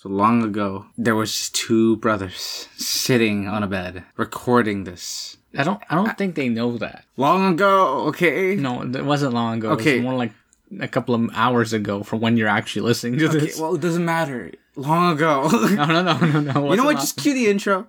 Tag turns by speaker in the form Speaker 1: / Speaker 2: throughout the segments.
Speaker 1: So long ago, there was just two brothers sitting on a bed recording this.
Speaker 2: I don't. I don't think they know that.
Speaker 1: Long ago, okay?
Speaker 2: No, it wasn't long ago. Okay,
Speaker 1: Okay.
Speaker 2: it was more like a couple of hours ago from when you're actually listening to
Speaker 1: Okay,
Speaker 2: this.
Speaker 1: well, it doesn't matter. Long ago.
Speaker 2: no, no, no, no, no.
Speaker 1: you know
Speaker 2: wasn't
Speaker 1: what?
Speaker 2: long-
Speaker 1: Just cue the intro.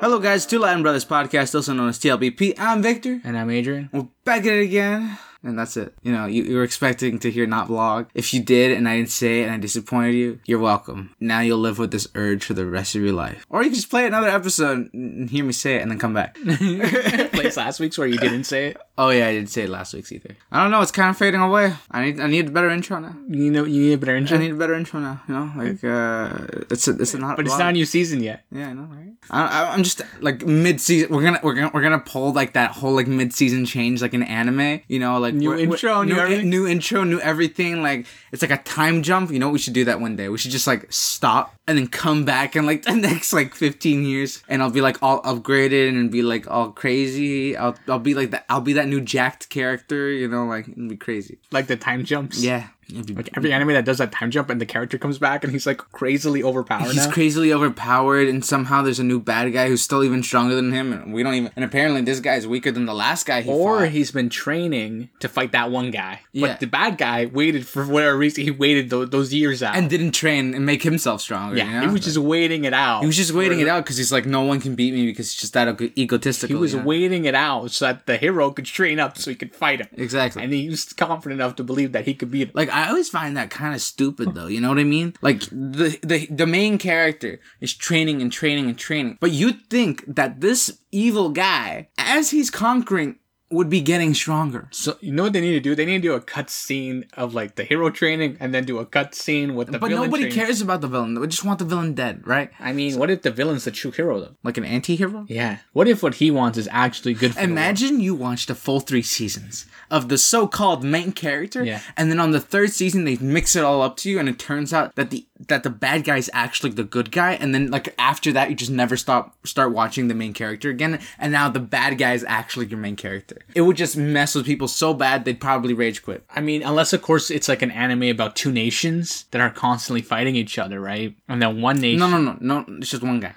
Speaker 1: Hello, guys. Two Latin Brothers podcast, also known as TLBP. I'm Victor.
Speaker 2: And I'm Adrian.
Speaker 1: We're back at it again. And that's it. You know, you, you were expecting to hear not vlog. If you did and I didn't say it and I disappointed you, you're welcome. Now you'll live with this urge for the rest of your life. Or you can just play another episode and hear me say it and then come back.
Speaker 2: Place last week's where you didn't say it.
Speaker 1: oh yeah, I didn't say it last week's either. I don't know, it's kinda fading away. I need I need a better intro now.
Speaker 2: You know, you need a better
Speaker 1: I
Speaker 2: intro.
Speaker 1: need a better intro now, you know? Like uh it's a it's a not
Speaker 2: But it's
Speaker 1: vlog.
Speaker 2: not a new season yet.
Speaker 1: Yeah, I know, right? I, I, I'm just like mid season. We're gonna we're gonna we're gonna pull like that whole like mid season change like in anime. You know, like
Speaker 2: New
Speaker 1: we're- we're-
Speaker 2: intro, new
Speaker 1: new,
Speaker 2: everything?
Speaker 1: new intro, new everything. Like it's like a time jump. You know, we should do that one day. We should just like stop and then come back in like the next like 15 years, and I'll be like all upgraded and be like all crazy. I'll I'll be like that. I'll be that new jacked character. You know, like it'd be crazy.
Speaker 2: Like the time jumps.
Speaker 1: Yeah, it'd be
Speaker 2: Like every anime that does that time jump and the character comes back and he's like crazily overpowered.
Speaker 1: He's
Speaker 2: now.
Speaker 1: crazily overpowered, and somehow there's a new bad guy who's still even stronger than him, and we don't even. And apparently, this guy is weaker than the last guy he
Speaker 2: or
Speaker 1: fought.
Speaker 2: he's been training to fight that one guy.
Speaker 1: Yeah.
Speaker 2: But the bad guy waited for whatever reason. He waited tho- those years out.
Speaker 1: and didn't train and make himself stronger.
Speaker 2: yeah,
Speaker 1: you know?
Speaker 2: he was just waiting it out.
Speaker 1: He was just waiting it out because he's like, no one can beat me because he's just that ego- egotistical.
Speaker 2: He was
Speaker 1: you know?
Speaker 2: waiting it out so that the hero could train up so he could fight him.
Speaker 1: exactly.
Speaker 2: And he was confident enough to believe that he could beat him.
Speaker 1: Like I always find that kind of stupid though, you know what I mean? Like the the the main character is training and training and training. But you'd think that this evil guy, as he's conquering, would be getting stronger.
Speaker 2: So you know what they need to do? They need to do a cutscene of like the hero training and then do a cutscene with the
Speaker 1: But
Speaker 2: villain.
Speaker 1: nobody
Speaker 2: training.
Speaker 1: cares about the villain. We just want the villain dead, right?
Speaker 2: I mean, what if the villain's the true hero though?
Speaker 1: Like an anti-hero?
Speaker 2: Yeah. What if what he wants is actually good for the world?
Speaker 1: Imagine you watched a full three seasons of the so-called main character,
Speaker 2: Yeah.
Speaker 1: and then on the third season they mix it all up to you, and it turns out that the that the bad guy is actually the good guy, and then like after that you just never stop start watching the main character again, and now the bad guy is actually your main character. It would just mess with people so bad they'd probably rage quit.
Speaker 2: I mean, unless of course it's like an anime about two nations that are constantly fighting each other, right? And then one nation.
Speaker 1: No, no, no, no. It's just one guy.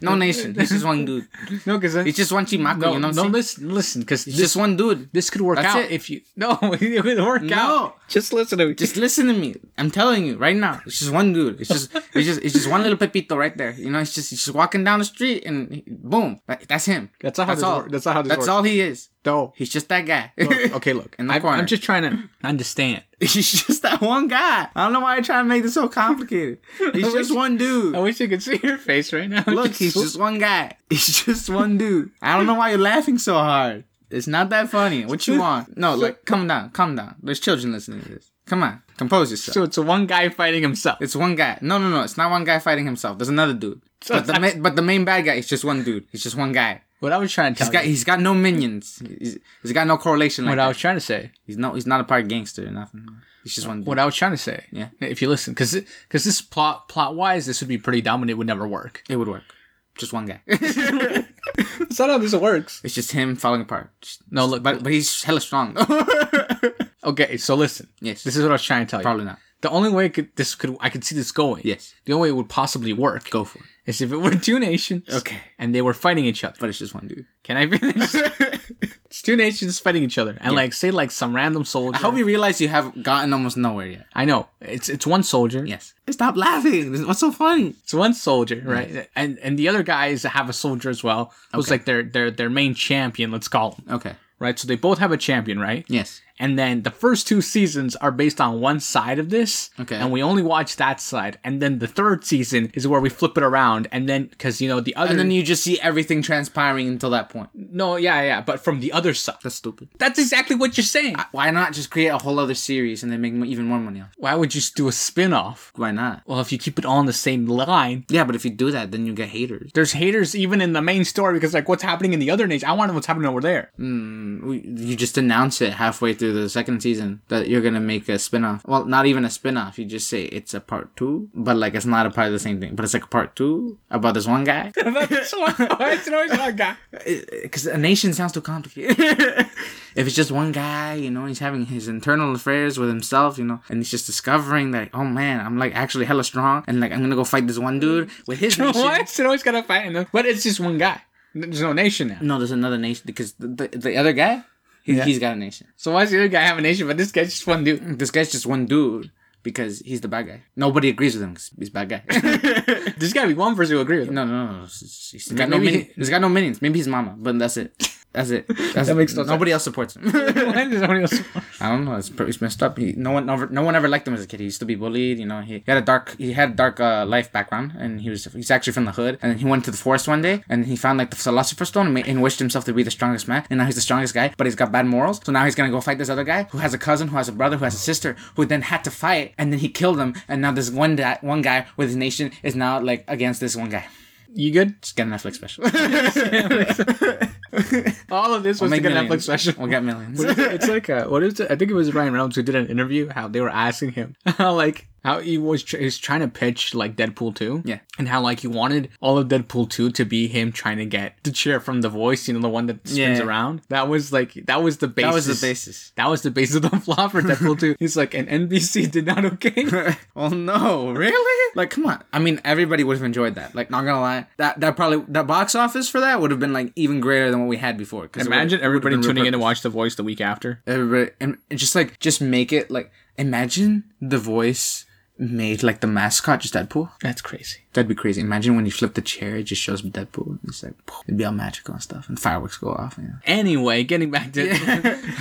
Speaker 1: no nation. It's just one dude.
Speaker 2: no, because
Speaker 1: It's just one Chimaku.
Speaker 2: no,
Speaker 1: you know what I'm
Speaker 2: no.
Speaker 1: saying?
Speaker 2: Listen, listen, because this,
Speaker 1: It's just one dude.
Speaker 2: this could work
Speaker 1: That's
Speaker 2: out
Speaker 1: it.
Speaker 2: if you no, it would work out. Just listen to me.
Speaker 1: Just listen to me. I'm telling you right now. It's just one dude. It's just it's just it's just one little Pepito right there. You know, it's just he's just walking down the street and he- boom, that- that's him.
Speaker 2: That's not how this
Speaker 1: all.
Speaker 2: work- that's not how this
Speaker 1: That's
Speaker 2: works.
Speaker 1: all he is.
Speaker 2: no.
Speaker 1: He's just that guy.
Speaker 2: Look, okay, look.
Speaker 1: In the
Speaker 2: I,
Speaker 1: corner.
Speaker 2: I'm just trying to understand.
Speaker 1: he's just that one guy. I don't know why you're trying to make this so complicated. He's just one
Speaker 2: I
Speaker 1: dude.
Speaker 2: wish you could see your face right now.
Speaker 1: Look, he's just one guy. He's just one dude. I don't know why you're laughing so hard. It's not that funny. What you want? No, like, calm down, calm down. There's children listening to this. Come on, compose yourself.
Speaker 2: so it's one guy fighting himself.
Speaker 1: It's one guy. No, no, no. It's not one guy fighting himself. There's another dude.
Speaker 2: So
Speaker 1: But the, ma- but the main bad guy is just one dude. He's just one guy.
Speaker 2: What I was trying to
Speaker 1: He's
Speaker 2: tell
Speaker 1: got
Speaker 2: you,
Speaker 1: he's got no minions. He's, he's got no correlation. Like
Speaker 2: what I
Speaker 1: that.
Speaker 2: was trying to say,
Speaker 1: he's no he's not a part gangster or nothing. He's just one dude.
Speaker 2: what I was trying to say.
Speaker 1: Yeah.
Speaker 2: If you listen, because because this plot plot wise, this would be pretty dumb and it would never work.
Speaker 1: It would work. Just one guy.
Speaker 2: That's not how this works.
Speaker 1: it's just him falling apart. Just-
Speaker 2: No, look,
Speaker 1: but but he's hella strong.
Speaker 2: Okay, so listen.
Speaker 1: Yes.
Speaker 2: This is what I was trying to tell you.
Speaker 1: Probably not.
Speaker 2: The only way it could, this could I could see this going.
Speaker 1: Yes.
Speaker 2: The only way it would possibly work
Speaker 1: Go for it.
Speaker 2: is if it were two nations.
Speaker 1: Okay.
Speaker 2: And they were fighting each other.
Speaker 1: But it's just one dude.
Speaker 2: Can I finish? it's two nations fighting each other, and like say like some random soldier.
Speaker 1: I hope you realize you have gotten almost nowhere yet.
Speaker 2: I know it's it's one soldier.
Speaker 1: Yes. Stop laughing. What's so funny?
Speaker 2: It's one soldier, right? And and the other guys have a soldier as well, who's like their their their main champion, let's call him,
Speaker 1: Okay.
Speaker 2: right? So they both have a champion, right?
Speaker 1: Yes.
Speaker 2: And then the first two seasons are based on one side of this.
Speaker 1: Okay.
Speaker 2: And we only watch that side. And then the third season is where we flip it around. And then, because, you know, the other.
Speaker 1: And then you just see everything transpiring until that point.
Speaker 2: no, yeah, yeah, but from the other side.
Speaker 1: That's stupid.
Speaker 2: That's exactly what you're saying.
Speaker 1: Why not just create a whole other series and then make mo- even more money off?
Speaker 2: Why would you just do a spin off?
Speaker 1: Why not?
Speaker 2: Well, if you keep it all on the same line.
Speaker 1: Yeah, but if you do that, then you get haters.
Speaker 2: There's haters even in the main story because, like, what's happening in the other nation? I want to know what's happening over there.
Speaker 1: We- You just announce it halfway through the second season that you're gonna make a spin-off. Well, not even a spin-off. You just say it's a part two, but like it's not a part of the same thing. But it's like a part two about this one guy.
Speaker 2: That's one. It's always one guy.
Speaker 1: Because a nation sounds too complicated. if it's just one guy, you know, he's having his internal affairs with himself, you know, and he's just discovering that, oh man, I'm like actually hella strong, and like I'm gonna go fight this one dude with his nation.
Speaker 2: What? It always gotta fight in them. But it's just one guy. There's no nation now.
Speaker 1: No, there's another nation because the, the, the other guy, he,
Speaker 2: Yeah.
Speaker 1: he's got a nation.
Speaker 2: So why does the other guy have a nation, but this guy's just one dude?
Speaker 1: This guy's just one dude because he's the bad guy. Nobody agrees with him because he's a bad guy.
Speaker 2: There's gotta be one person who agree with him.
Speaker 1: no, no, no. no. He's got no,
Speaker 2: Maybe
Speaker 1: minions.
Speaker 2: he-
Speaker 1: he's got no minions. Maybe his mama, but that's it. That's it. That's
Speaker 2: That
Speaker 1: it.
Speaker 2: makes no sense.
Speaker 1: Nobody else supports him.
Speaker 2: Why does nobody else-
Speaker 1: I don't know. It's pretty it's messed up. He, no one, ever, no one ever liked him as a kid. He used to be bullied. You know, he, he had a dark, he had a dark uh, life background, and he was he's actually from the hood. And he went to the forest one day, and he found like the philosopher's stone, and, ma- and wished himself to be the strongest man. And now he's the strongest guy, but he's got bad morals. So now he's gonna go fight this other guy who has a cousin, who has a brother, who has a sister, who then had to fight, and then he killed him. And now this one da- one guy with his nation is now like against this one guy.
Speaker 2: You good?
Speaker 1: Just get a Netflix special.
Speaker 2: All of this was like a
Speaker 1: millions.
Speaker 2: Netflix special.
Speaker 1: We'll get millions.
Speaker 2: What is it? it's like uh what is it? I think it was Ryan Reynolds who did an interview. How they were asking him how like how he was tr- he's trying to pitch like Deadpool two,
Speaker 1: Yeah.
Speaker 2: and how like he wanted all of Deadpool two to be him trying to get the chair from the voice, you know, the one that spins
Speaker 1: Yeah.
Speaker 2: around. That was like that was the basis.
Speaker 1: that was the basis.
Speaker 2: That was the basis of the plot for Deadpool two. He's like, and NBC did not okay.
Speaker 1: oh no, really? Like, come on. I mean, everybody would have enjoyed that. Like, not gonna lie, that that probably that box office for that would have been like even greater than what we had before. 'cause it would've-
Speaker 2: Imagine
Speaker 1: it would've
Speaker 2: everybody
Speaker 1: been
Speaker 2: tuning in to
Speaker 1: repurposed.
Speaker 2: watch The Voice the week after.
Speaker 1: Everybody, and, and just like just make it like imagine the voice made like the mascot just Deadpool.
Speaker 2: That's crazy.
Speaker 1: That'd be crazy. Imagine when you flip the chair, it just shows Deadpool. And it's like it'd be all magical and stuff, and fireworks go off. You
Speaker 2: Anyway, getting back to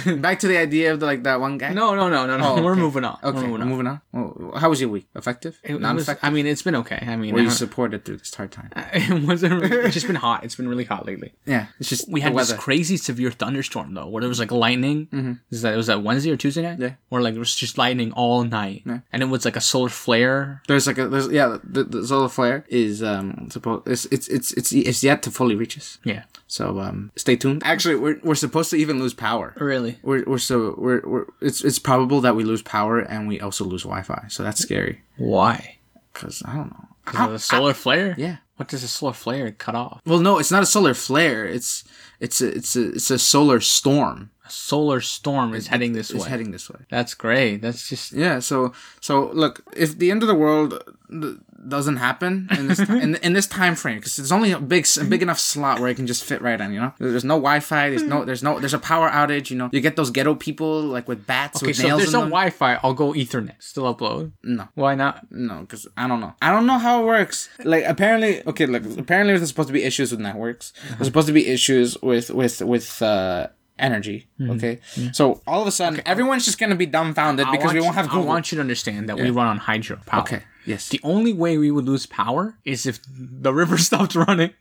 Speaker 1: know? Back to the idea of the, like that one guy.
Speaker 2: no, no, no, no, no.
Speaker 1: Oh,
Speaker 2: We're
Speaker 1: okay.
Speaker 2: moving on.
Speaker 1: Okay,
Speaker 2: We're moving on.
Speaker 1: Well, how was your week? Effective?
Speaker 2: It- it
Speaker 1: Not
Speaker 2: was-
Speaker 1: effective.
Speaker 2: I mean, it's been okay. I mean,
Speaker 1: Were
Speaker 2: I
Speaker 1: you
Speaker 2: don't-
Speaker 1: supported through this hard time?
Speaker 2: it wasn't. Really, it's just been hot. It's been really hot lately.
Speaker 1: Yeah, it's just
Speaker 2: We had
Speaker 1: the
Speaker 2: this
Speaker 1: weather.
Speaker 2: crazy severe thunderstorm though, where there was like lightning. Mm-hmm. Is that it was that Wednesday or Tuesday night?
Speaker 1: Yeah.
Speaker 2: Where like it was just lightning all night, and it was like a solar flare.
Speaker 1: There's like a there's yeah the, the solar flare is um supposed it's, it's it's it's it's yet to fully reach us.
Speaker 2: Yeah.
Speaker 1: So um stay tuned. Actually, we're we're supposed to even lose power.
Speaker 2: Really.
Speaker 1: We're we're so we're, we're it's it's probable that we lose power and we also lose Wi-Fi. So that's scary.
Speaker 2: Why?
Speaker 1: Cause I don't know.
Speaker 2: Because of the solar flare.
Speaker 1: Yeah.
Speaker 2: What does a solar flare cut off?
Speaker 1: Well, no, it's not a solar flare. It's it's a it's a it's a solar storm.
Speaker 2: A solar storm is heading this
Speaker 1: It's
Speaker 2: way.
Speaker 1: heading this way.
Speaker 2: That's great. That's just
Speaker 1: Yeah. So so look, if the end of the world th- doesn't happen in this in, in this time frame, because it's only a big s- a big enough slot where it can just fit right in. You know, There- there's no Wi-Fi. There's no there's no there's a power outage. You know, you get those ghetto people like with bats
Speaker 2: okay.
Speaker 1: with
Speaker 2: So if
Speaker 1: nails
Speaker 2: there's
Speaker 1: in
Speaker 2: no
Speaker 1: them.
Speaker 2: Wi-Fi, I'll go Ethernet. Still upload.
Speaker 1: No.
Speaker 2: Why not?
Speaker 1: no, because I don't know. I don't know how it works. Like apparently, okay, look. Apparently, there's supposed to be issues with networks.
Speaker 2: Uh-huh.
Speaker 1: There's supposed to be issues with with with. uh Energy,
Speaker 2: Hmm.
Speaker 1: okay. So all of a sudden, everyone's just gonna be dumbfounded
Speaker 2: I
Speaker 1: because
Speaker 2: want
Speaker 1: we
Speaker 2: you-
Speaker 1: won't have Google.
Speaker 2: I want you to understand that we run on hydro power.
Speaker 1: okay, yes.
Speaker 2: The only way we would lose power is if the river stopped running.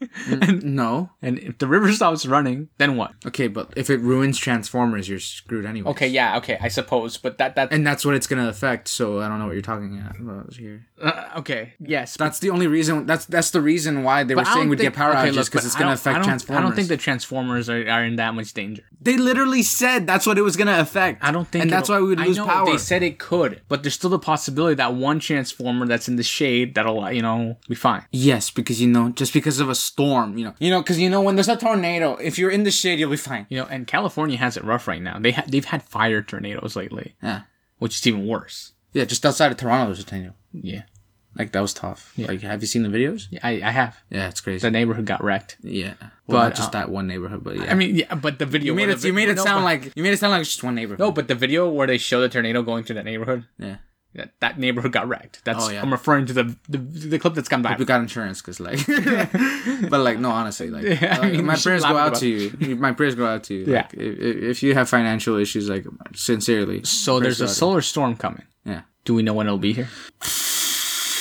Speaker 2: and,
Speaker 1: no,
Speaker 2: and if the river stops running, then what?
Speaker 1: Okay, but if it ruins Transformers, you're screwed anyway.
Speaker 2: Okay, yeah, okay, I suppose, but that that
Speaker 1: And that's what it's gonna affect. So I don't know what you're talking about here.
Speaker 2: uh, okay, yes.
Speaker 1: That's the only reason. That's that's the reason why they were
Speaker 2: but I don't
Speaker 1: saying we'd
Speaker 2: think-
Speaker 1: get power
Speaker 2: okay,
Speaker 1: outages
Speaker 2: look,
Speaker 1: because
Speaker 2: but
Speaker 1: it's
Speaker 2: I
Speaker 1: gonna
Speaker 2: don't-
Speaker 1: affect
Speaker 2: I don't,
Speaker 1: Transformers.
Speaker 2: I don't think the Transformers are, are in that much danger.
Speaker 1: they literally said that's what it was gonna affect.
Speaker 2: I don't think,
Speaker 1: and that's why
Speaker 2: it'll-
Speaker 1: we would
Speaker 2: I
Speaker 1: lose
Speaker 2: know
Speaker 1: power.
Speaker 2: They said it could, but there's still the possibility that one Transformer that's in the shade that'll uh, you know be fine.
Speaker 1: yes, because you know, just because of a storm, you know, you know, because you know when there's a tornado, if you're in the shade, you'll be fine.
Speaker 2: You know, and California has it rough right now. They ha- they've had fire tornadoes lately,
Speaker 1: Yeah,
Speaker 2: which is even worse.
Speaker 1: yeah. Just outside of Toronto, there's a tornado.
Speaker 2: Yeah,
Speaker 1: Like that was tough. Like, have you seen the videos?
Speaker 2: Yeah, I, I have.
Speaker 1: Yeah, it's crazy.
Speaker 2: The neighborhood got wrecked.
Speaker 1: yeah, well,
Speaker 2: But,
Speaker 1: not just
Speaker 2: uh,
Speaker 1: that one neighborhood, but yeah.
Speaker 2: I mean, yeah, but the video.
Speaker 1: You made
Speaker 2: where
Speaker 1: it.
Speaker 2: the
Speaker 1: You
Speaker 2: vi-
Speaker 1: made it
Speaker 2: no,
Speaker 1: sound
Speaker 2: but-
Speaker 1: like you made it sound like it's just one neighborhood.
Speaker 2: no, but the video where they show the tornado going through that neighborhood,
Speaker 1: yeah,
Speaker 2: that, that neighborhood got wrecked. That's
Speaker 1: Oh, yeah.
Speaker 2: I'm referring to the the, the clip that's come back.
Speaker 1: we got insurance because like, but like no, honestly, like,
Speaker 2: Yeah, I
Speaker 1: like,
Speaker 2: mean,
Speaker 1: my
Speaker 2: we should
Speaker 1: prayers go
Speaker 2: laugh
Speaker 1: out
Speaker 2: about
Speaker 1: to you. My prayers go out to you.
Speaker 2: Yeah.
Speaker 1: Like, if, if if you have financial issues, like sincerely.
Speaker 2: So there's a solar storm coming.
Speaker 1: Yeah.
Speaker 2: Do we know when it'll be here?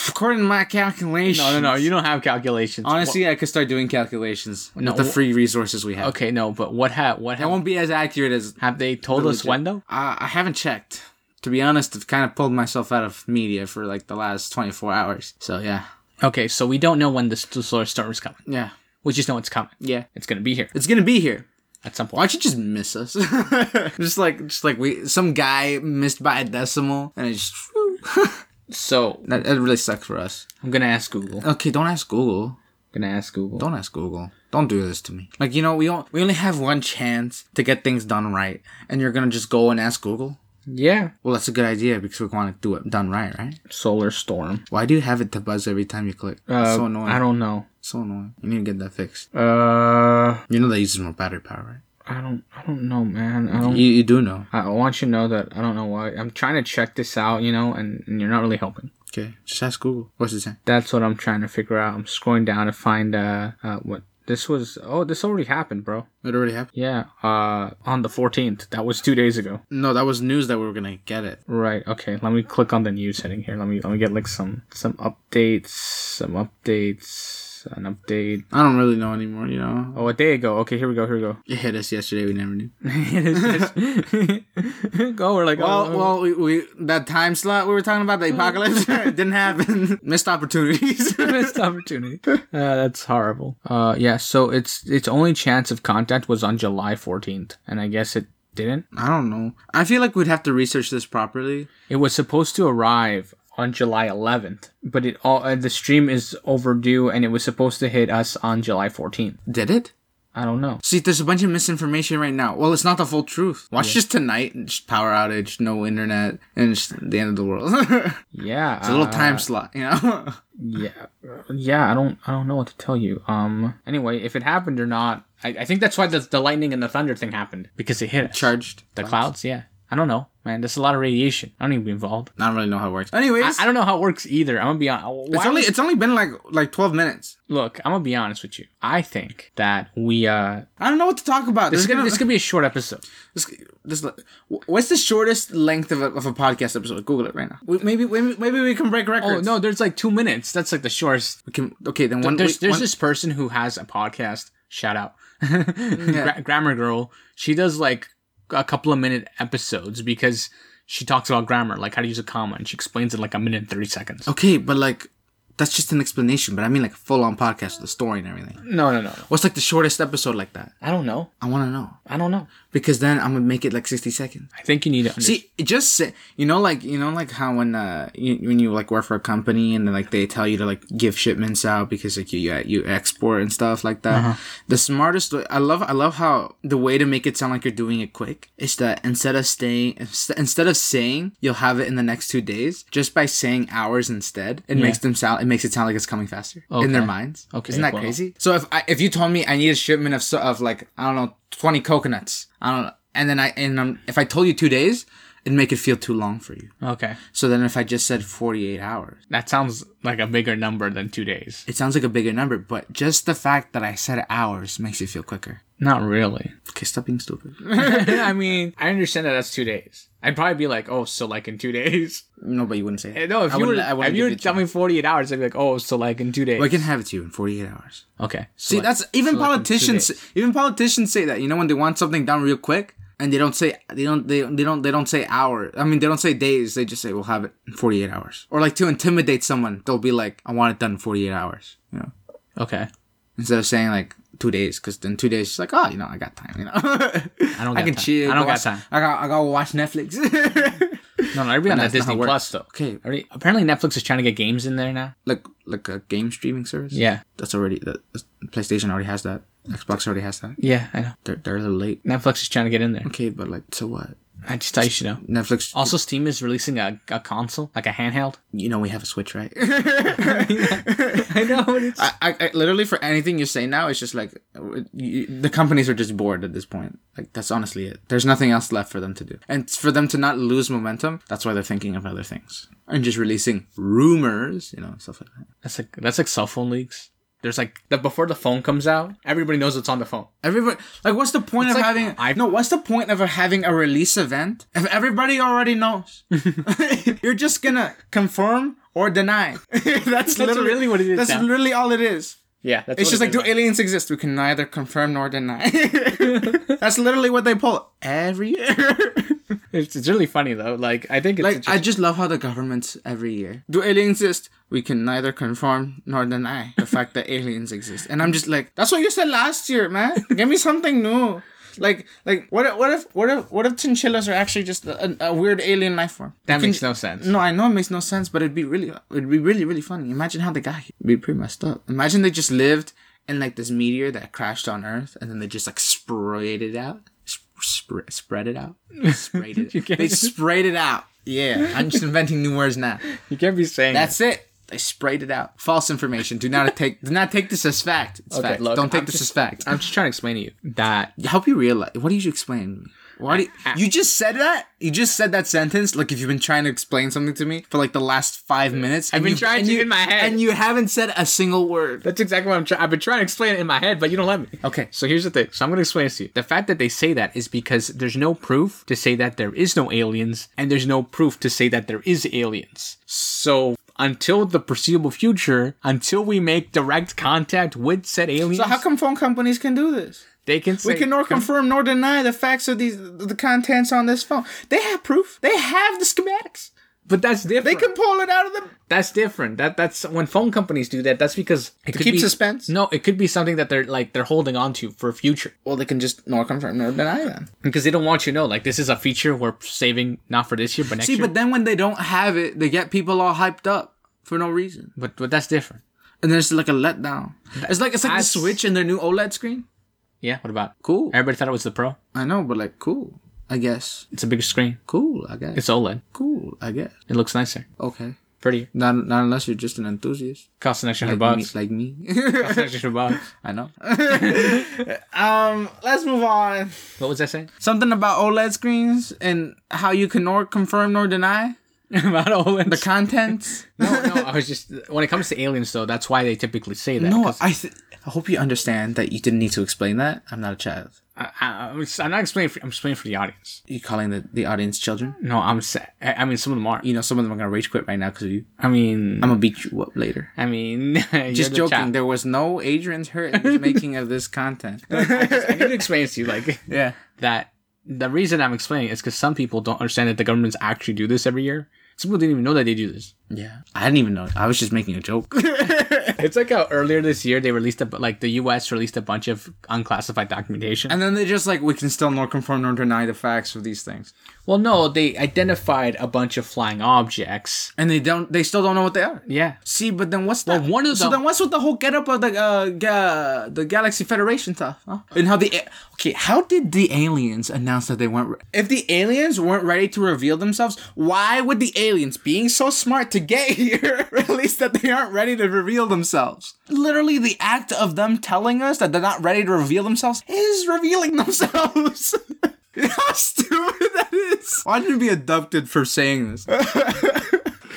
Speaker 1: According to my calculations.
Speaker 2: No, no, no. You don't have calculations.
Speaker 1: Honestly, I could start doing calculations
Speaker 2: No,
Speaker 1: with the
Speaker 2: wh-
Speaker 1: free resources we have.
Speaker 2: What- okay, no, but what have what
Speaker 1: I
Speaker 2: have,
Speaker 1: won't be as accurate as
Speaker 2: have they told us when though?
Speaker 1: Uh, I haven't checked. To be honest, I've kind of pulled myself out of media for like the last 24 hours. So yeah,
Speaker 2: Okay, so we don't know when the s- the solar storm is coming.
Speaker 1: yeah,
Speaker 2: We just know it's coming.
Speaker 1: yeah.
Speaker 2: It's gonna be here.
Speaker 1: It's gonna be here.
Speaker 2: at some point.
Speaker 1: Why'd you just miss us? just like just like we some guy missed by a decimal and it just
Speaker 2: So
Speaker 1: that, that really sucks for us.
Speaker 2: I'm gonna ask Google. I'm
Speaker 1: Okay, don't ask Google.
Speaker 2: gonna ask Google.
Speaker 1: Don't ask Google. Don't do this to me. Like you know, we don't, we only have one chance to get things done right, and you're gonna just go and ask Google.
Speaker 2: Yeah.
Speaker 1: Well, that's a good idea because we want to do it done right, right?
Speaker 2: Solar storm.
Speaker 1: Why do you have it to buzz every time you click?
Speaker 2: Uh,
Speaker 1: It's so annoying.
Speaker 2: I don't know.
Speaker 1: so annoying. You need to get that fixed.
Speaker 2: Uh,
Speaker 1: You know that uses more battery power,
Speaker 2: I don't. I don't know, man. I
Speaker 1: right?
Speaker 2: don't.
Speaker 1: You, you do know.
Speaker 2: I I want you to know that I don't know why. I'm trying to check this out, you know, and, and you're not really helping.
Speaker 1: Okay, just ask Google. What's it saying?
Speaker 2: That's what I'm trying to figure out. I'm scrolling down to find uh, uh what this was. Oh, this already happened, bro.
Speaker 1: It already happened.
Speaker 2: Yeah, uh, on the 14th. That was two days ago.
Speaker 1: No, that was news that we were gonna get it.
Speaker 2: Right. Okay. Let me click on the news heading here. Let me let me get like some some updates, some updates, an update.
Speaker 1: I don't really know anymore. You know,
Speaker 2: Oh, a day ago. Okay, here we go. Here we go.
Speaker 1: it hit us yesterday. We never knew.
Speaker 2: go. We're like,
Speaker 1: Well,
Speaker 2: oh,
Speaker 1: well, we, we that time slot we were talking about the apocalypse it didn't happen. Missed opportunities.
Speaker 2: missed opportunity. Uh, that's horrible. Uh, yeah. So its its only chance of contact was on July fourteenth, and I guess it didn't.
Speaker 1: I don't know. I feel like we'd have to research this properly.
Speaker 2: It was supposed to arrive on July eleventh, but it all uh, the stream is overdue, and it was supposed to hit us on July fourteenth.
Speaker 1: Did it?
Speaker 2: I don't know.
Speaker 1: See, there's a bunch of misinformation right now. Well, it's not the full truth. Watch just tonight. and Just power outage, no internet, and it's the end of the world. it's
Speaker 2: Yeah.
Speaker 1: a little
Speaker 2: uh,
Speaker 1: time slot, you know.
Speaker 2: Yeah. Yeah. I don't. I don't know what to tell you. Um. Anyway, if it happened or not, I, I think that's why the the lightning and the thunder thing happened because it hit us.
Speaker 1: Charged.
Speaker 2: the clouds. Yeah. I don't know, man. There's a lot of radiation. I don't even be involved.
Speaker 1: I don't really know how it works. Anyways,
Speaker 2: I, I don't know how it works either. I'm gonna be honest.
Speaker 1: it's only it's only been like like 12 minutes.
Speaker 2: look. I'm gonna be honest with you. I think that we uh,
Speaker 1: I don't know what to talk about. This
Speaker 2: this is
Speaker 1: is
Speaker 2: gonna
Speaker 1: going
Speaker 2: this could be a short episode.
Speaker 1: This, this, what's the shortest length of a, of a podcast episode? Google it right now. We, maybe, maybe maybe we can break records.
Speaker 2: Oh no, there's like two minutes. That's like the shortest.
Speaker 1: We can, okay, then one.
Speaker 2: There's
Speaker 1: we-
Speaker 2: there's
Speaker 1: one-
Speaker 2: this person who has a podcast. Shout out, Gra- Grammar Girl. She does like a couple of minute episodes because she talks about grammar, like how to use a comma, and she explains it like a minute and thirty seconds.
Speaker 1: okay, but like that's just an explanation. But I mean, like full on podcast, with the story and everything.
Speaker 2: No, no, no.
Speaker 1: What's like the shortest episode like that?
Speaker 2: I don't know.
Speaker 1: I want to know
Speaker 2: I don't know.
Speaker 1: because then I'm gonna make it like 60 seconds.
Speaker 2: I think you need to under-
Speaker 1: See, it just sa- you know, like you know, like how when uh you, when you like work for a company and then, like they tell you to like give shipments out because like you you, you export and stuff like that. The smartest, way- I love, I love how the way to make it sound like you're doing it quick is that instead of staying, inst- instead of saying you'll have it in the next two days, just by saying hours instead, it makes them sound, it makes it sound like it's coming faster in their
Speaker 2: Okay.
Speaker 1: minds.
Speaker 2: Okay,
Speaker 1: isn't that
Speaker 2: well.
Speaker 1: crazy? So if I, if you told me I need a shipment of so- of like I don't know twenty coconuts, I don't know, and then I and um, if I told you two days, it'd make it feel too long for you.
Speaker 2: Okay,
Speaker 1: So then if I just said forty eight hours,
Speaker 2: that sounds like a bigger number than two days.
Speaker 1: it sounds like a bigger number, but just the fact that I said hours makes it feel quicker.
Speaker 2: Not really.
Speaker 1: Okay, stop being stupid.
Speaker 2: I mean, I understand that that's two days. I'd probably be like, oh, so like in two days.
Speaker 1: no, but you wouldn't say
Speaker 2: Eh,
Speaker 1: that.
Speaker 2: No, if
Speaker 1: I
Speaker 2: you were,
Speaker 1: wouldn't- I wouldn't
Speaker 2: if you
Speaker 1: give
Speaker 2: were
Speaker 1: a
Speaker 2: telling me 48 hours, I'd be like, oh, so like in two days.
Speaker 1: chance. I can have it to you in forty eight hours.
Speaker 2: okay.
Speaker 1: See, that's even
Speaker 2: like in two
Speaker 1: politicians.
Speaker 2: days.
Speaker 1: Even politicians say that. You know, when they want something done real quick, and they don't say they don't they, they don't they don't say hour. I mean, they don't say days. They just say we'll have it in forty eight hours. Or like to intimidate someone, they'll be like, "I want it done in forty eight hours." You know,
Speaker 2: Okay.
Speaker 1: instead of saying like two days, because then two days, it's like, "Oh, you know, I got time." You know, I
Speaker 2: don't
Speaker 1: I
Speaker 2: got
Speaker 1: can
Speaker 2: time.
Speaker 1: chill.
Speaker 2: I don't
Speaker 1: go
Speaker 2: got
Speaker 1: watch-
Speaker 2: time.
Speaker 1: I got I got watch Netflix.
Speaker 2: No, no, I'd be on that
Speaker 1: that's not how
Speaker 2: Disney
Speaker 1: it works.
Speaker 2: Plus, though.
Speaker 1: Okay.
Speaker 2: Already, apparently, Netflix is trying to get games in there now.
Speaker 1: like like a game streaming service.
Speaker 2: Yeah.
Speaker 1: that's already that PlayStation already has that. Xbox already has that.
Speaker 2: Yeah, I know.
Speaker 1: They're they're a little late.
Speaker 2: Netflix is trying to get in there.
Speaker 1: Okay, but like, so what?
Speaker 2: I just thought you should know.
Speaker 1: Netflix.
Speaker 2: Also, Steam is releasing a, a console, like a handheld.
Speaker 1: you know we have a switch right
Speaker 2: I know. but It's,
Speaker 1: I, I, I literally for anything you say now it's just like uh, you, the companies are just bored at this point like that's honestly it there's nothing else left for them to do and for them to not lose momentum that's why they're thinking of other things and just releasing rumors you know stuff like that
Speaker 2: that's like that's like cell phone leaks. There's like the before the phone comes out, everybody knows what's on the phone.
Speaker 1: everybody like what's the point of
Speaker 2: like
Speaker 1: having
Speaker 2: I-
Speaker 1: no what's the point of having a release event if everybody already knows you're just gonna confirm or deny that's, literally
Speaker 2: really what it is
Speaker 1: that's
Speaker 2: now.
Speaker 1: literally all it is
Speaker 2: Yeah, that's
Speaker 1: It's
Speaker 2: what
Speaker 1: just
Speaker 2: it
Speaker 1: like,
Speaker 2: is.
Speaker 1: do aliens exist? We can neither confirm nor deny. That's literally what they pull every year.
Speaker 2: It's, it's really funny though. Like I think it's
Speaker 1: like, I
Speaker 2: just-
Speaker 1: just love how the governments every year do aliens exist? We can neither confirm nor deny the fact that aliens exist. And I'm just like, that's what you said last year, man. Give me something new. Like, like what? If, what if? What if? What if chinchillas are actually just a, a weird alien life form?
Speaker 2: That
Speaker 1: You can-
Speaker 2: makes no sense.
Speaker 1: No, I know it makes no sense, but it'd be really, it'd be really, really funny. Imagine how they got here. It'd be pretty messed up. Imagine they just lived in like this meteor that crashed on Earth, and then they just like sprayed it out, Sp- sp- spread it out, sprayed
Speaker 2: You
Speaker 1: it.
Speaker 2: can't-
Speaker 1: they sprayed it out. Yeah, I'm just inventing new words now.
Speaker 2: You can't be saying
Speaker 1: That's it. They sprayed it out. False information. Do not take. Do not take this as fact. It's
Speaker 2: Okay,
Speaker 1: fact.
Speaker 2: look,
Speaker 1: Don't take
Speaker 2: I'm
Speaker 1: this
Speaker 2: just-
Speaker 1: as fact.
Speaker 2: I'm just trying to explain to you that
Speaker 1: Help you realize. What did you explain? to me? Why do you, you just said that? You just said that sentence. Like if you've been trying to explain something to me for like the last five minutes. and
Speaker 2: been
Speaker 1: you-
Speaker 2: trying
Speaker 1: and
Speaker 2: to
Speaker 1: you-
Speaker 2: in my head.
Speaker 1: and you haven't said a single word.
Speaker 2: That's exactly what I'm trying. I've been trying to explain it in my head, but you don't let me.
Speaker 1: Okay.
Speaker 2: So here's the thing. So I'm going to explain this to you. The fact that they say that is because there's no proof to say that there is no aliens, and there's no proof to say that there is aliens. So until the foreseeable future, until we make direct contact with said aliens,
Speaker 1: So how come phone companies can do this?
Speaker 2: they can say,
Speaker 1: We can nor
Speaker 2: come-
Speaker 1: confirm nor deny the facts of these the contents on this phone. They have proof. They have the schematics.
Speaker 2: But that's different.
Speaker 1: They can pull it out of them.
Speaker 2: That's different. That that's when phone companies do that. That's because it could
Speaker 1: keep
Speaker 2: be-
Speaker 1: suspense?
Speaker 2: No, it could be something that they're like they're holding on to for future.
Speaker 1: Well, they can just nor confirm nor deny them.
Speaker 2: because they don't want you to know like this is a feature we're saving not for this year but next
Speaker 3: See,
Speaker 2: year.
Speaker 3: but then when they don't have it, they get people all hyped up for no reason,
Speaker 2: but but that's different.
Speaker 3: and there's like a letdown. It's like it's like the
Speaker 2: That's-
Speaker 3: Switch and their new OLED screen.
Speaker 2: Yeah. What about
Speaker 3: Cool.
Speaker 2: everybody thought it was the Pro?
Speaker 3: I know, but like cool, I guess.
Speaker 2: It's a bigger screen.
Speaker 3: Cool, I guess.
Speaker 2: It's OLED.
Speaker 3: cool, I guess.
Speaker 2: It looks nicer.
Speaker 3: Okay,
Speaker 2: Pretty.
Speaker 3: not not unless you're just an enthusiast
Speaker 2: Costs an extra
Speaker 3: like
Speaker 2: hundred
Speaker 3: me,
Speaker 2: bucks.
Speaker 3: like me.
Speaker 2: Costs an extra bucks.
Speaker 3: I know.
Speaker 1: Um, let's move on.
Speaker 2: What was I saying
Speaker 1: Something about OLED screens and how you can nor confirm nor deny
Speaker 2: about OLED?
Speaker 1: the contents.
Speaker 2: no, no. I was just when it comes to aliens though. That's why they typically say that.
Speaker 1: No,
Speaker 2: 'cause
Speaker 1: I, th- I hope you understand that you didn't need to explain that. I'm not a child.
Speaker 2: I, I, I'm just- I'm not explaining. For, I'm explaining for the audience.
Speaker 1: You calling the, the audience children?
Speaker 2: No, I'm. sa- I I mean, some of them are.
Speaker 1: You know, some of them are gonna rage quit right now because you.
Speaker 2: I mean,
Speaker 1: I'm gonna beat you up later.
Speaker 2: I mean,
Speaker 1: Just joking. There was no Adrian's hurt in the making of this content.
Speaker 2: I need to explain this to you. Like,
Speaker 1: yeah.
Speaker 2: that the reason I'm explaining is because some people don't understand that the governments actually do this every year. Some people didn't even know that they do this.
Speaker 1: Yeah. I didn't even know. I was just making a joke.
Speaker 2: It's like how earlier this year they released a bu- like the U.S. released a bunch of unclassified documentation.
Speaker 1: and then they just like we can still nor confirm nor deny the facts of these things,
Speaker 2: well, no, they identified a bunch of flying objects.
Speaker 1: and they don't. They still don't know what they are.
Speaker 2: Yeah,
Speaker 1: See, but then what's that?
Speaker 2: one of
Speaker 1: so
Speaker 2: them-
Speaker 1: then what's with the whole get up of the uh, ga- the Galaxy Federation stuff? Huh? And how the a- okay, how did the aliens announce that they weren't? Re- if the aliens weren't ready to reveal themselves, why would the aliens, being so smart to get here, release that they aren't ready to reveal themselves? Literally, the act of them telling us that they're not ready to reveal themselves is revealing themselves. how stupid that is!
Speaker 3: Why did you be abducted for saying this?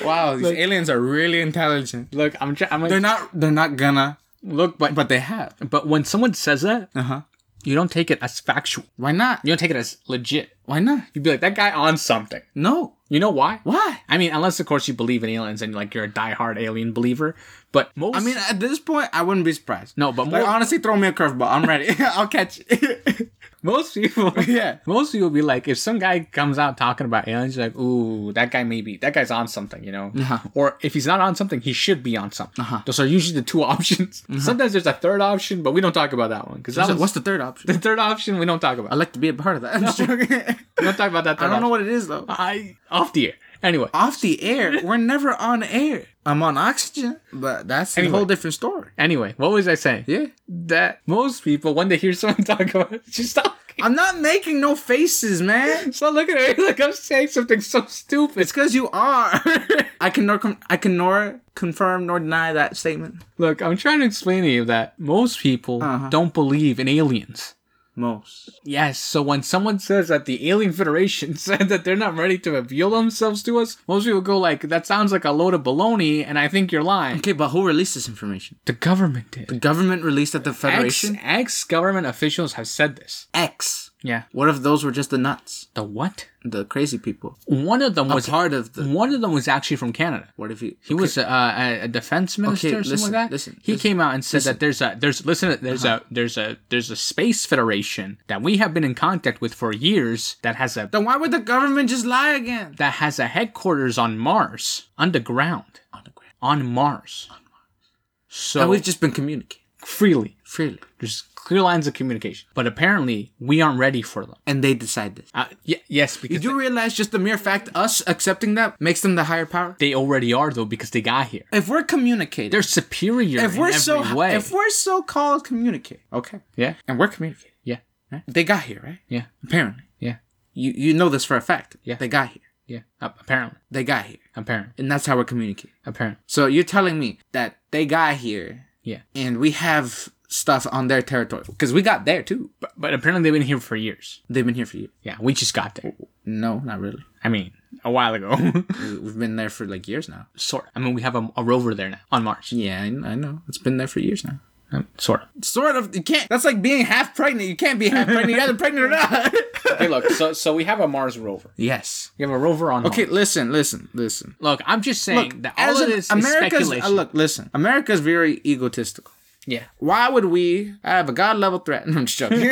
Speaker 1: Wow, these aliens are really intelligent.
Speaker 2: look, I'm trying. I'm
Speaker 1: They're
Speaker 2: like,
Speaker 1: not. They're not gonna.
Speaker 2: look, but, but
Speaker 1: But they have.
Speaker 2: but when someone says that, uh-huh. you don't take it as factual.
Speaker 1: Why not?
Speaker 2: You don't take it as legit.
Speaker 1: Why not?
Speaker 2: You'd be like, that guy on something.
Speaker 1: No.
Speaker 2: You know why?
Speaker 1: Why?
Speaker 2: I mean, unless of course you believe in aliens and like you're a diehard alien believer. But most,
Speaker 1: I mean, at this point, I wouldn't be surprised.
Speaker 2: No, but
Speaker 1: like,
Speaker 2: more-
Speaker 1: honestly, throw me a curveball. I'm ready. I'll catch it.
Speaker 2: most people,
Speaker 1: Yeah.
Speaker 2: most people be like, if some guy comes out talking about aliens, you're like, ooh, that guy may be, that guy's on something, you know.
Speaker 1: Uh-huh.
Speaker 2: Or if he's not on something, he should be on something. Those are usually the two options.
Speaker 1: Uh-huh.
Speaker 2: Sometimes there's a third option, but we don't talk about that one because that
Speaker 1: So
Speaker 2: one's-
Speaker 1: what's the third option?
Speaker 2: the third option we don't talk about.
Speaker 1: I'd like to be a part of that. Uh, I'm just joking.
Speaker 2: We don't talk about that. Third
Speaker 1: I don't know what it is though.
Speaker 2: I off the air. Anyway,
Speaker 1: Off the air. We're never on air. I'm on oxygen, but that's
Speaker 3: Anyway.
Speaker 1: a whole different story.
Speaker 2: anyway, what was I saying?
Speaker 1: Yeah.
Speaker 2: That most people when they hear someone talk about, it, just stop.
Speaker 1: I'm not making no faces, man.
Speaker 2: Stop looking at me like I'm saying something so stupid.
Speaker 1: It's because you are. I can nor com- I can nor confirm nor deny that statement.
Speaker 2: Look, I'm trying to explain to you that most people don't believe in aliens.
Speaker 1: Most.
Speaker 2: Yes, so when someone says that the Alien Federation said that they're not ready to reveal themselves to us, most people go like, "That sounds like a load of baloney," and I think you're lying.
Speaker 1: Okay, but who released this information?
Speaker 2: The government did.
Speaker 1: Government released at the
Speaker 2: Ex
Speaker 1: Federation.
Speaker 2: ex government officials have said this.
Speaker 1: X.
Speaker 2: Yeah.
Speaker 1: What if those were just the nuts,
Speaker 2: The what?
Speaker 1: the crazy people?
Speaker 2: One of them was
Speaker 1: Part of the.
Speaker 2: one of them was actually from Canada.
Speaker 1: What if you?
Speaker 2: He was a, a, a defense minister or something
Speaker 1: listen,
Speaker 2: like that.
Speaker 1: listen, listen,
Speaker 2: he
Speaker 1: Uh-huh.
Speaker 2: came out and said that there's a there's listen there's a there's a there's a space federation that we have been in contact with for years that has a
Speaker 1: Then why would the government just lie again?
Speaker 2: that has a headquarters on Mars underground
Speaker 1: On the ground.
Speaker 2: on Mars. So
Speaker 1: And we've just been communicating.
Speaker 2: freely.
Speaker 1: freely.
Speaker 2: There's clear lines of communication, but apparently we aren't ready for them.
Speaker 1: And they decide this.
Speaker 2: Uh, y- yes, because
Speaker 1: You do realize just the mere fact us accepting that makes them the higher power?
Speaker 2: they already are though because they got here.
Speaker 1: If we're communicating,
Speaker 2: They're superior
Speaker 1: if we're
Speaker 2: in every
Speaker 1: so
Speaker 2: way.
Speaker 1: if we're so called communicate, okay,
Speaker 2: yeah,
Speaker 1: and we're communicating,
Speaker 2: yeah,
Speaker 1: they got here, right?
Speaker 2: yeah,
Speaker 1: Apparently,
Speaker 2: yeah,
Speaker 1: you you know this for a fact.
Speaker 2: Yeah.
Speaker 1: they got here.
Speaker 2: yeah. Uh, apparently,
Speaker 1: They got here,
Speaker 2: apparently,
Speaker 1: and that's how we're communicating.
Speaker 2: apparently.
Speaker 1: So you're telling me that they got here,
Speaker 2: Yeah,
Speaker 1: and we have stuff on their territory because we got there too.
Speaker 2: but, but apparently they've been here for years.
Speaker 1: They've been here for years.
Speaker 2: Yeah, we just got there.
Speaker 1: No, not really.
Speaker 2: I mean, a while ago.
Speaker 1: We- We've been there for like years now.
Speaker 2: sort. I mean, we have a, a rover there now on Mars.
Speaker 1: Yeah, I, I know. It's been there for years now.
Speaker 2: Um, sort of.
Speaker 1: Sort of. You can't. That's like being half pregnant. You can't be half pregnant. You're either pregnant or not.
Speaker 2: Hey, look. So, so we have a Mars rover.
Speaker 1: yes.
Speaker 2: We have a rover on.
Speaker 1: Okay,
Speaker 2: Mars.
Speaker 1: listen, listen, listen.
Speaker 2: Look, I'm just saying that all of
Speaker 1: an-
Speaker 2: this is
Speaker 1: America's,
Speaker 2: speculation.
Speaker 1: uh, look, listen. America's very egotistical.
Speaker 2: yeah.
Speaker 1: Why would we have a god level threat? No, I'm just joking.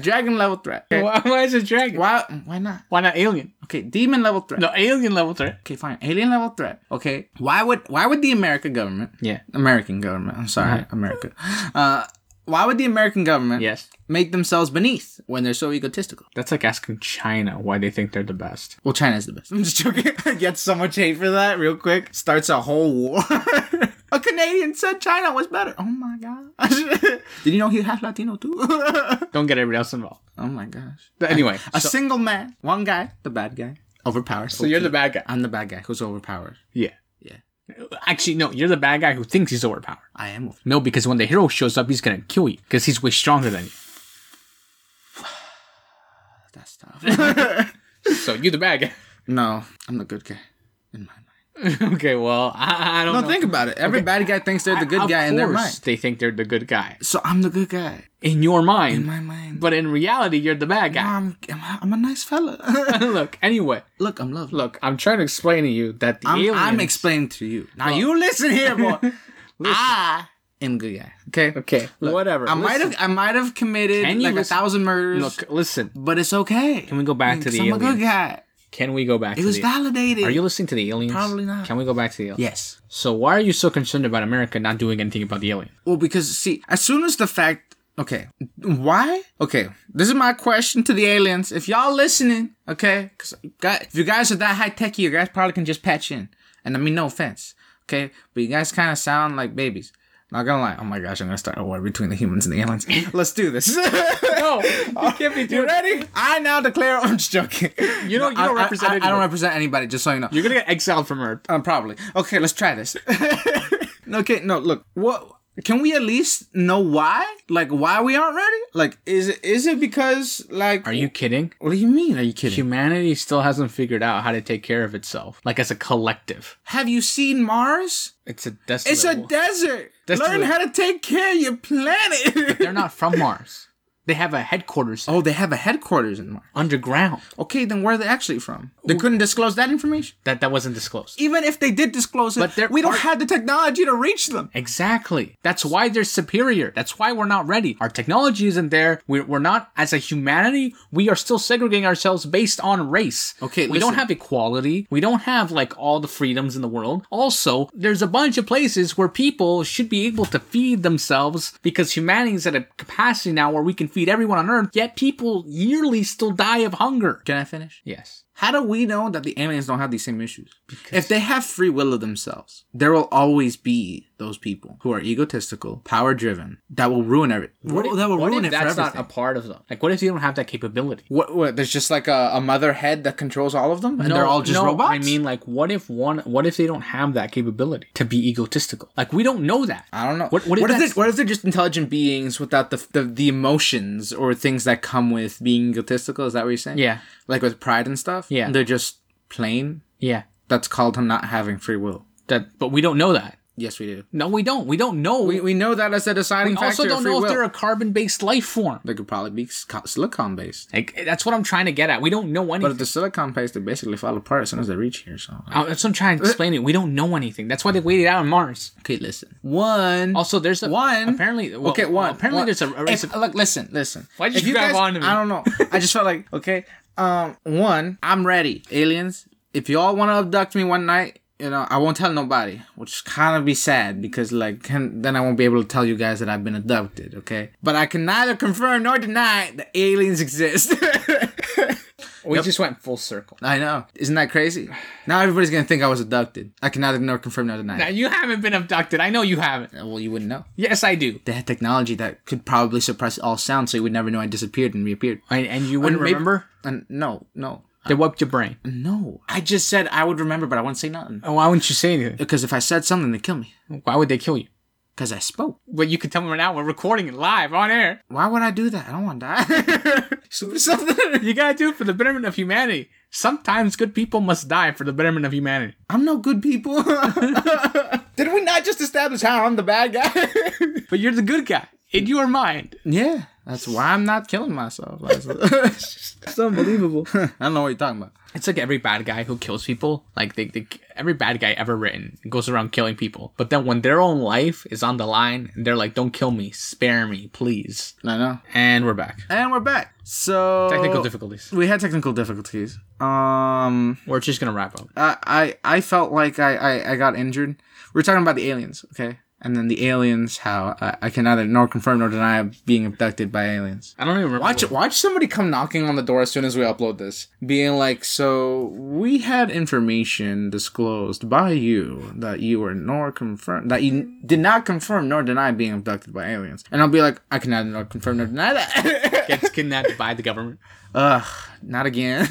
Speaker 1: Dragon level threat.
Speaker 2: Why, why is it dragon? Why,
Speaker 1: Why? Why not?
Speaker 2: not alien?
Speaker 1: Okay, demon level threat.
Speaker 2: No, alien level threat.
Speaker 1: Okay, fine. Alien level threat. Okay. Why would Why would the American government?
Speaker 2: Yeah.
Speaker 1: American government. I'm sorry, America. Uh, why would the American government
Speaker 2: Yes.
Speaker 1: make themselves beneath when they're so egotistical?
Speaker 2: That's like asking China why they think they're the best.
Speaker 1: Well, China's the best. I'm just joking. I get so much hate for that real quick. Starts a whole war. a Canadian said China was better. Oh my gosh. Did you know he has Latino too? oh
Speaker 2: Don't get everybody else involved.
Speaker 1: my gosh.
Speaker 2: But anyway,
Speaker 1: A
Speaker 2: so,
Speaker 1: single man, one guy, the bad guy, overpowers.
Speaker 2: so you're the bad guy.
Speaker 1: I'm the bad guy who's overpowered.
Speaker 2: Yeah.
Speaker 1: Yeah.
Speaker 2: Actually, no, you're the bad guy who thinks he's overpowered.
Speaker 1: I am. Over-
Speaker 2: No, because when the hero shows up, he's gonna kill you because he's way stronger than
Speaker 1: That's tough.
Speaker 2: you. So you're the bad guy.
Speaker 1: no, I'm the good guy. In my mind.
Speaker 2: okay, well, I, I don't
Speaker 1: No,
Speaker 2: know.
Speaker 1: think about it. Every bad guy thinks they're the good
Speaker 2: Of
Speaker 1: guy in their
Speaker 2: course
Speaker 1: mind.
Speaker 2: They think they're the good guy
Speaker 1: So I'm the good guy
Speaker 2: in your mind,
Speaker 1: in my mind.
Speaker 2: but in reality, you're the bad guy.
Speaker 1: I'm, I'm, I'm a nice fella.
Speaker 2: look, anyway,
Speaker 1: Look, I'm lovely.
Speaker 2: look, I'm trying to explain to you that the
Speaker 1: I'm,
Speaker 2: aliens.
Speaker 1: I'm explaining to you. Now you listen here, boy. I am good guy. Okay.
Speaker 2: okay, whatever.
Speaker 1: I might have I might have committed
Speaker 2: Can you
Speaker 1: like a
Speaker 2: listen-
Speaker 1: thousand murders,
Speaker 2: Look, listen.
Speaker 1: but it's okay.
Speaker 2: Can we go back to the
Speaker 1: I'm a good
Speaker 2: aliens?
Speaker 1: guy.
Speaker 2: Can we go back
Speaker 1: It
Speaker 2: to
Speaker 1: was
Speaker 2: the?
Speaker 1: validated.
Speaker 2: Are you listening to the aliens?
Speaker 1: Probably not.
Speaker 2: Can we go back to the aliens?
Speaker 1: Yes.
Speaker 2: So why are you so concerned about America not doing anything about the alien?
Speaker 1: Well, because see, as soon as the fact, okay, why? Okay, this is my question to the aliens. If y'all listening, okay, because if you guys are that high techy, you guys probably can just patch in. And I mean, no offense, okay, but you guys kind of sound like babies. Not gonna lie. Oh my gosh, I'm gonna start a war between the humans and the aliens. Let's do this.
Speaker 2: No, you can't be
Speaker 1: you ready? I now declare. I'm just joking.
Speaker 2: You don't- you
Speaker 1: I-
Speaker 2: don't
Speaker 1: I-
Speaker 2: represent
Speaker 1: I, I don't
Speaker 2: anyone.
Speaker 1: represent anybody. Just so you know.
Speaker 2: You're gonna get exiled from Earth.
Speaker 1: Um, probably. Okay, let's try this. okay, no, look. What can we at least know why? Like why we aren't ready? Like is it is it because like
Speaker 2: Are you kidding?
Speaker 1: What do you mean? Are you kidding?
Speaker 2: Humanity still hasn't figured out how to take care of itself, like as a collective.
Speaker 1: Have you seen Mars?
Speaker 2: It's a desolate.
Speaker 1: It's a desert.
Speaker 2: That's
Speaker 1: Learn
Speaker 2: true.
Speaker 1: how to take care of your planet.
Speaker 2: They're not from Mars. They have a headquarters
Speaker 1: oh, they have a headquarters in Mars.
Speaker 2: underground
Speaker 1: Okay, then where are they actually from? They couldn't disclose that information.
Speaker 2: that that wasn't disclosed.
Speaker 1: Even if they did disclose it,
Speaker 2: But they're
Speaker 1: we don't
Speaker 2: part-
Speaker 1: have the technology to reach them.
Speaker 2: Exactly. That's why they're superior. That's why we're not ready. Our technology isn't there. We're, we're not, as a humanity, we are still segregating ourselves based on race.
Speaker 1: Okay,
Speaker 2: We don't
Speaker 1: listen.
Speaker 2: have equality. We don't have, like, all the freedoms in the world. Also, there's a bunch of places where people should be able to feed themselves because humanity is at a capacity now where we can feed everyone on Earth, yet people yearly still die of hunger.
Speaker 1: Can I finish?
Speaker 2: Yes.
Speaker 1: How do we know that the aliens don't have these same issues? if they have free will of themselves, there will always be those people who are egotistical, power driven, that will ruin everything. that will
Speaker 2: what
Speaker 1: ruin
Speaker 2: if
Speaker 1: it for
Speaker 2: that's
Speaker 1: everything.
Speaker 2: not a part of them? Like, what if you don't have that capability?
Speaker 1: what, what? There's just like a, a mother head that controls all of them, and they're all just robots.
Speaker 2: I mean, like, what if one? What if they don't have that capability to be egotistical? Like, we don't know that.
Speaker 1: I don't know.
Speaker 2: What, what, if
Speaker 1: if
Speaker 2: that's,
Speaker 1: they, what if they're just intelligent beings without the, the the emotions or things that come with being egotistical? Is that what you're saying?
Speaker 2: Yeah.
Speaker 1: Like with pride and stuff.
Speaker 2: Yeah.
Speaker 1: They're just plain.
Speaker 2: Yeah,
Speaker 1: That's called them not having free will.
Speaker 2: that. But we don't know that.
Speaker 1: Yes, we do.
Speaker 2: No, we don't. We don't know.
Speaker 1: We,
Speaker 2: We,
Speaker 1: we know that as a deciding factor.
Speaker 2: also
Speaker 1: of
Speaker 2: don't
Speaker 1: free
Speaker 2: know
Speaker 1: will.
Speaker 2: if they're a carbon-based life form.
Speaker 1: They could probably be sco- silicon based.
Speaker 2: Like, that's what I'm trying to get at. We don't know
Speaker 1: But if
Speaker 2: anything.
Speaker 1: the silicon based, they basically fall apart as soon as they reach here. So
Speaker 2: Uh, That's what I'm trying to explain. It. We don't know anything. That's why they waited out on Mars.
Speaker 1: okay, listen. One.
Speaker 2: Also, there's a,
Speaker 1: One.
Speaker 2: Apparently, well,
Speaker 1: okay,
Speaker 2: well,
Speaker 1: one.
Speaker 2: Apparently,
Speaker 1: one.
Speaker 2: there's a, a race
Speaker 1: If-
Speaker 2: of.
Speaker 1: look, listen, listen.
Speaker 2: Why'd you
Speaker 1: If
Speaker 2: grab
Speaker 1: guys,
Speaker 2: onto me?
Speaker 1: I don't know. I just felt like okay. Um, one. I'm ready, aliens. If y'all want to abduct me one night. you know, I won't tell nobody, which kind of be sad because like can, then I won't be able to tell you guys that I've been abducted, okay? But I can neither confirm nor deny that aliens exist.
Speaker 2: We just went full circle.
Speaker 1: I know. Isn't that crazy? Now everybody's gonna think I was abducted. I can neither nor confirm nor deny.
Speaker 2: Now, you haven't been abducted. I know you haven't.
Speaker 1: Well, you wouldn't know.
Speaker 2: Yes, I do.
Speaker 1: They had technology that could probably suppress all sound, so you would never know I disappeared and reappeared.
Speaker 2: And, and you wouldn't
Speaker 1: And maybe-
Speaker 2: remember? Uh,
Speaker 1: And no, no,
Speaker 2: They wiped your brain.
Speaker 1: no. I just said I would remember, but I wouldn't say nothing
Speaker 2: Oh, Why wouldn't you say anything?
Speaker 1: because if I said something, they kill me
Speaker 2: Why would they kill you?
Speaker 1: because I spoke.
Speaker 2: But you can tell me right now. We're recording it live on air.
Speaker 1: Why would I do that? I don't want to die. Stupid something.
Speaker 2: You gotta do it for the betterment of humanity. Sometimes good people must die for the betterment of humanity.
Speaker 1: I'm no good people. Did we not just establish how I'm the bad guy?
Speaker 2: But you're the good guy in your mind.
Speaker 1: yeah, that's why I'm not killing myself. That's-
Speaker 2: It's unbelievable.
Speaker 1: I don't know what you're talking about.
Speaker 2: It's like every bad guy who kills people, like they, they every bad guy ever written goes around killing people. But then when their own life is on the line, they're like, "Don't kill me, spare me, please."
Speaker 1: I know.
Speaker 2: And we're back.
Speaker 1: And we're back. So
Speaker 2: Technical difficulties.
Speaker 1: We had technical difficulties. Um,
Speaker 2: We're just gonna wrap up.
Speaker 1: I I, I felt like I, I I got injured. We were talking about the aliens, okay? And then the aliens, how I, I can neither nor confirm nor deny being abducted by aliens.
Speaker 2: I don't even remember.
Speaker 1: Watch watch somebody come knocking on the door as soon as we upload this, being like, "So we had information disclosed by you that you were nor confirmed that you did not confirm nor deny being abducted by aliens," and I'll be like, "I can neither nor confirm nor deny that."
Speaker 2: gets kidnapped by the government.
Speaker 1: Ugh, not again.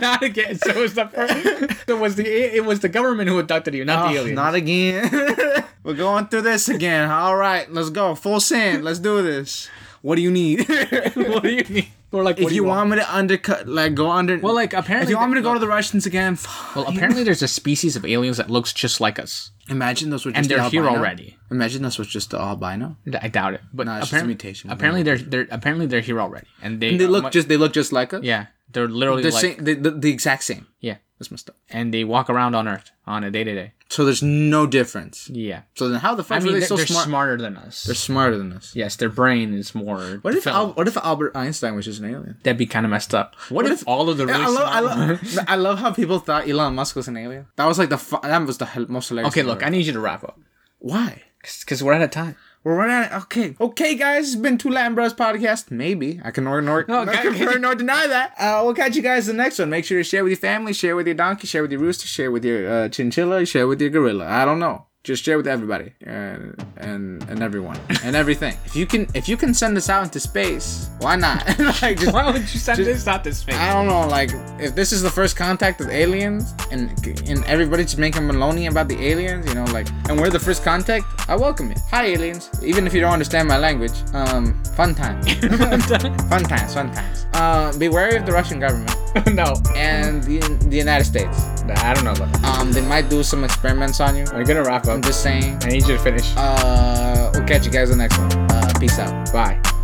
Speaker 2: not again. So it was the first, so it was the it was the government who abducted you, not
Speaker 1: Oh,
Speaker 2: the alien.
Speaker 1: Not again. We're going through this again. All right, let's go. Full send. Let's do this. What do you need? if
Speaker 2: what do you mean? Or like, what do
Speaker 1: you want me to undercut, like go under.
Speaker 2: Well, like apparently,
Speaker 1: if you want me to go to
Speaker 2: the.
Speaker 1: the Russians again, fine.
Speaker 2: Well, apparently, there's a species of aliens that looks just like us,
Speaker 1: imagine those were just
Speaker 2: and they're
Speaker 1: the
Speaker 2: here
Speaker 1: albino.
Speaker 2: already.
Speaker 1: Imagine those was just the albino.
Speaker 2: I doubt it. But
Speaker 1: it's just a
Speaker 2: apparently,
Speaker 1: mutation.
Speaker 2: apparently they're they're apparently they're here already, and they
Speaker 1: They
Speaker 2: are
Speaker 1: look
Speaker 2: mu-
Speaker 1: just they look just like us.
Speaker 2: yeah. They're literally
Speaker 1: They're
Speaker 2: like
Speaker 1: same, they, the, the exact same.
Speaker 2: yeah,
Speaker 1: That's messed up.
Speaker 2: and they walk around on Earth on a day to day.
Speaker 1: So there's no difference.
Speaker 2: Yeah,
Speaker 1: So then how the fuck
Speaker 2: I mean
Speaker 1: are
Speaker 2: they
Speaker 1: they so
Speaker 2: are
Speaker 1: smart?
Speaker 2: smarter than us.
Speaker 1: They're smarter than us.
Speaker 2: yes, their brain is more.
Speaker 1: What if Al-
Speaker 2: developed.
Speaker 1: what if Albert Einstein was just an alien?
Speaker 2: that'd be kind of messed up? What, if,
Speaker 1: if-
Speaker 2: all of the really
Speaker 1: I love, I,
Speaker 2: smart-
Speaker 1: love, I love how people thought Elon Musk was an alien. That was like the fu- that was the hel- most hilarious.
Speaker 2: Okay,
Speaker 1: thing
Speaker 2: look,
Speaker 1: ever.
Speaker 2: I need you to wrap up
Speaker 1: why?
Speaker 2: because we're out of time.
Speaker 1: We're running. Out, okay, okay, guys, it's been two Latin Bros podcast. Maybe I can nor nor,
Speaker 2: No,
Speaker 1: nor
Speaker 2: okay.
Speaker 1: confirm nor deny that. Uh, we'll catch you guys in the next one. Make sure to share with your family, share with your donkey, share with your rooster, share with your uh, chinchilla, share with your gorilla. I don't know. Just share with everybody and and and everyone and everything. If you can if you can send us out into space, why not? like just,
Speaker 2: Why would you send this out this space?
Speaker 1: I don't know, like if this is the first contact with aliens, and and everybody's making baloney about the aliens, you know, like, and we're the first contact. I welcome it. Hi, aliens. Even if you don't understand my language, um, fun time, fun times, fun times. Uh, be wary of the Russian government
Speaker 2: no,
Speaker 1: and the, the United States.
Speaker 2: I don't know. About that.
Speaker 1: Um, they might do some experiments on you.
Speaker 2: I'm gonna wrap
Speaker 1: I'm
Speaker 2: up.
Speaker 1: just saying.
Speaker 2: I need you to finish.
Speaker 1: Uh, we'll catch you guys in the next one. Uh, peace out.
Speaker 2: Bye.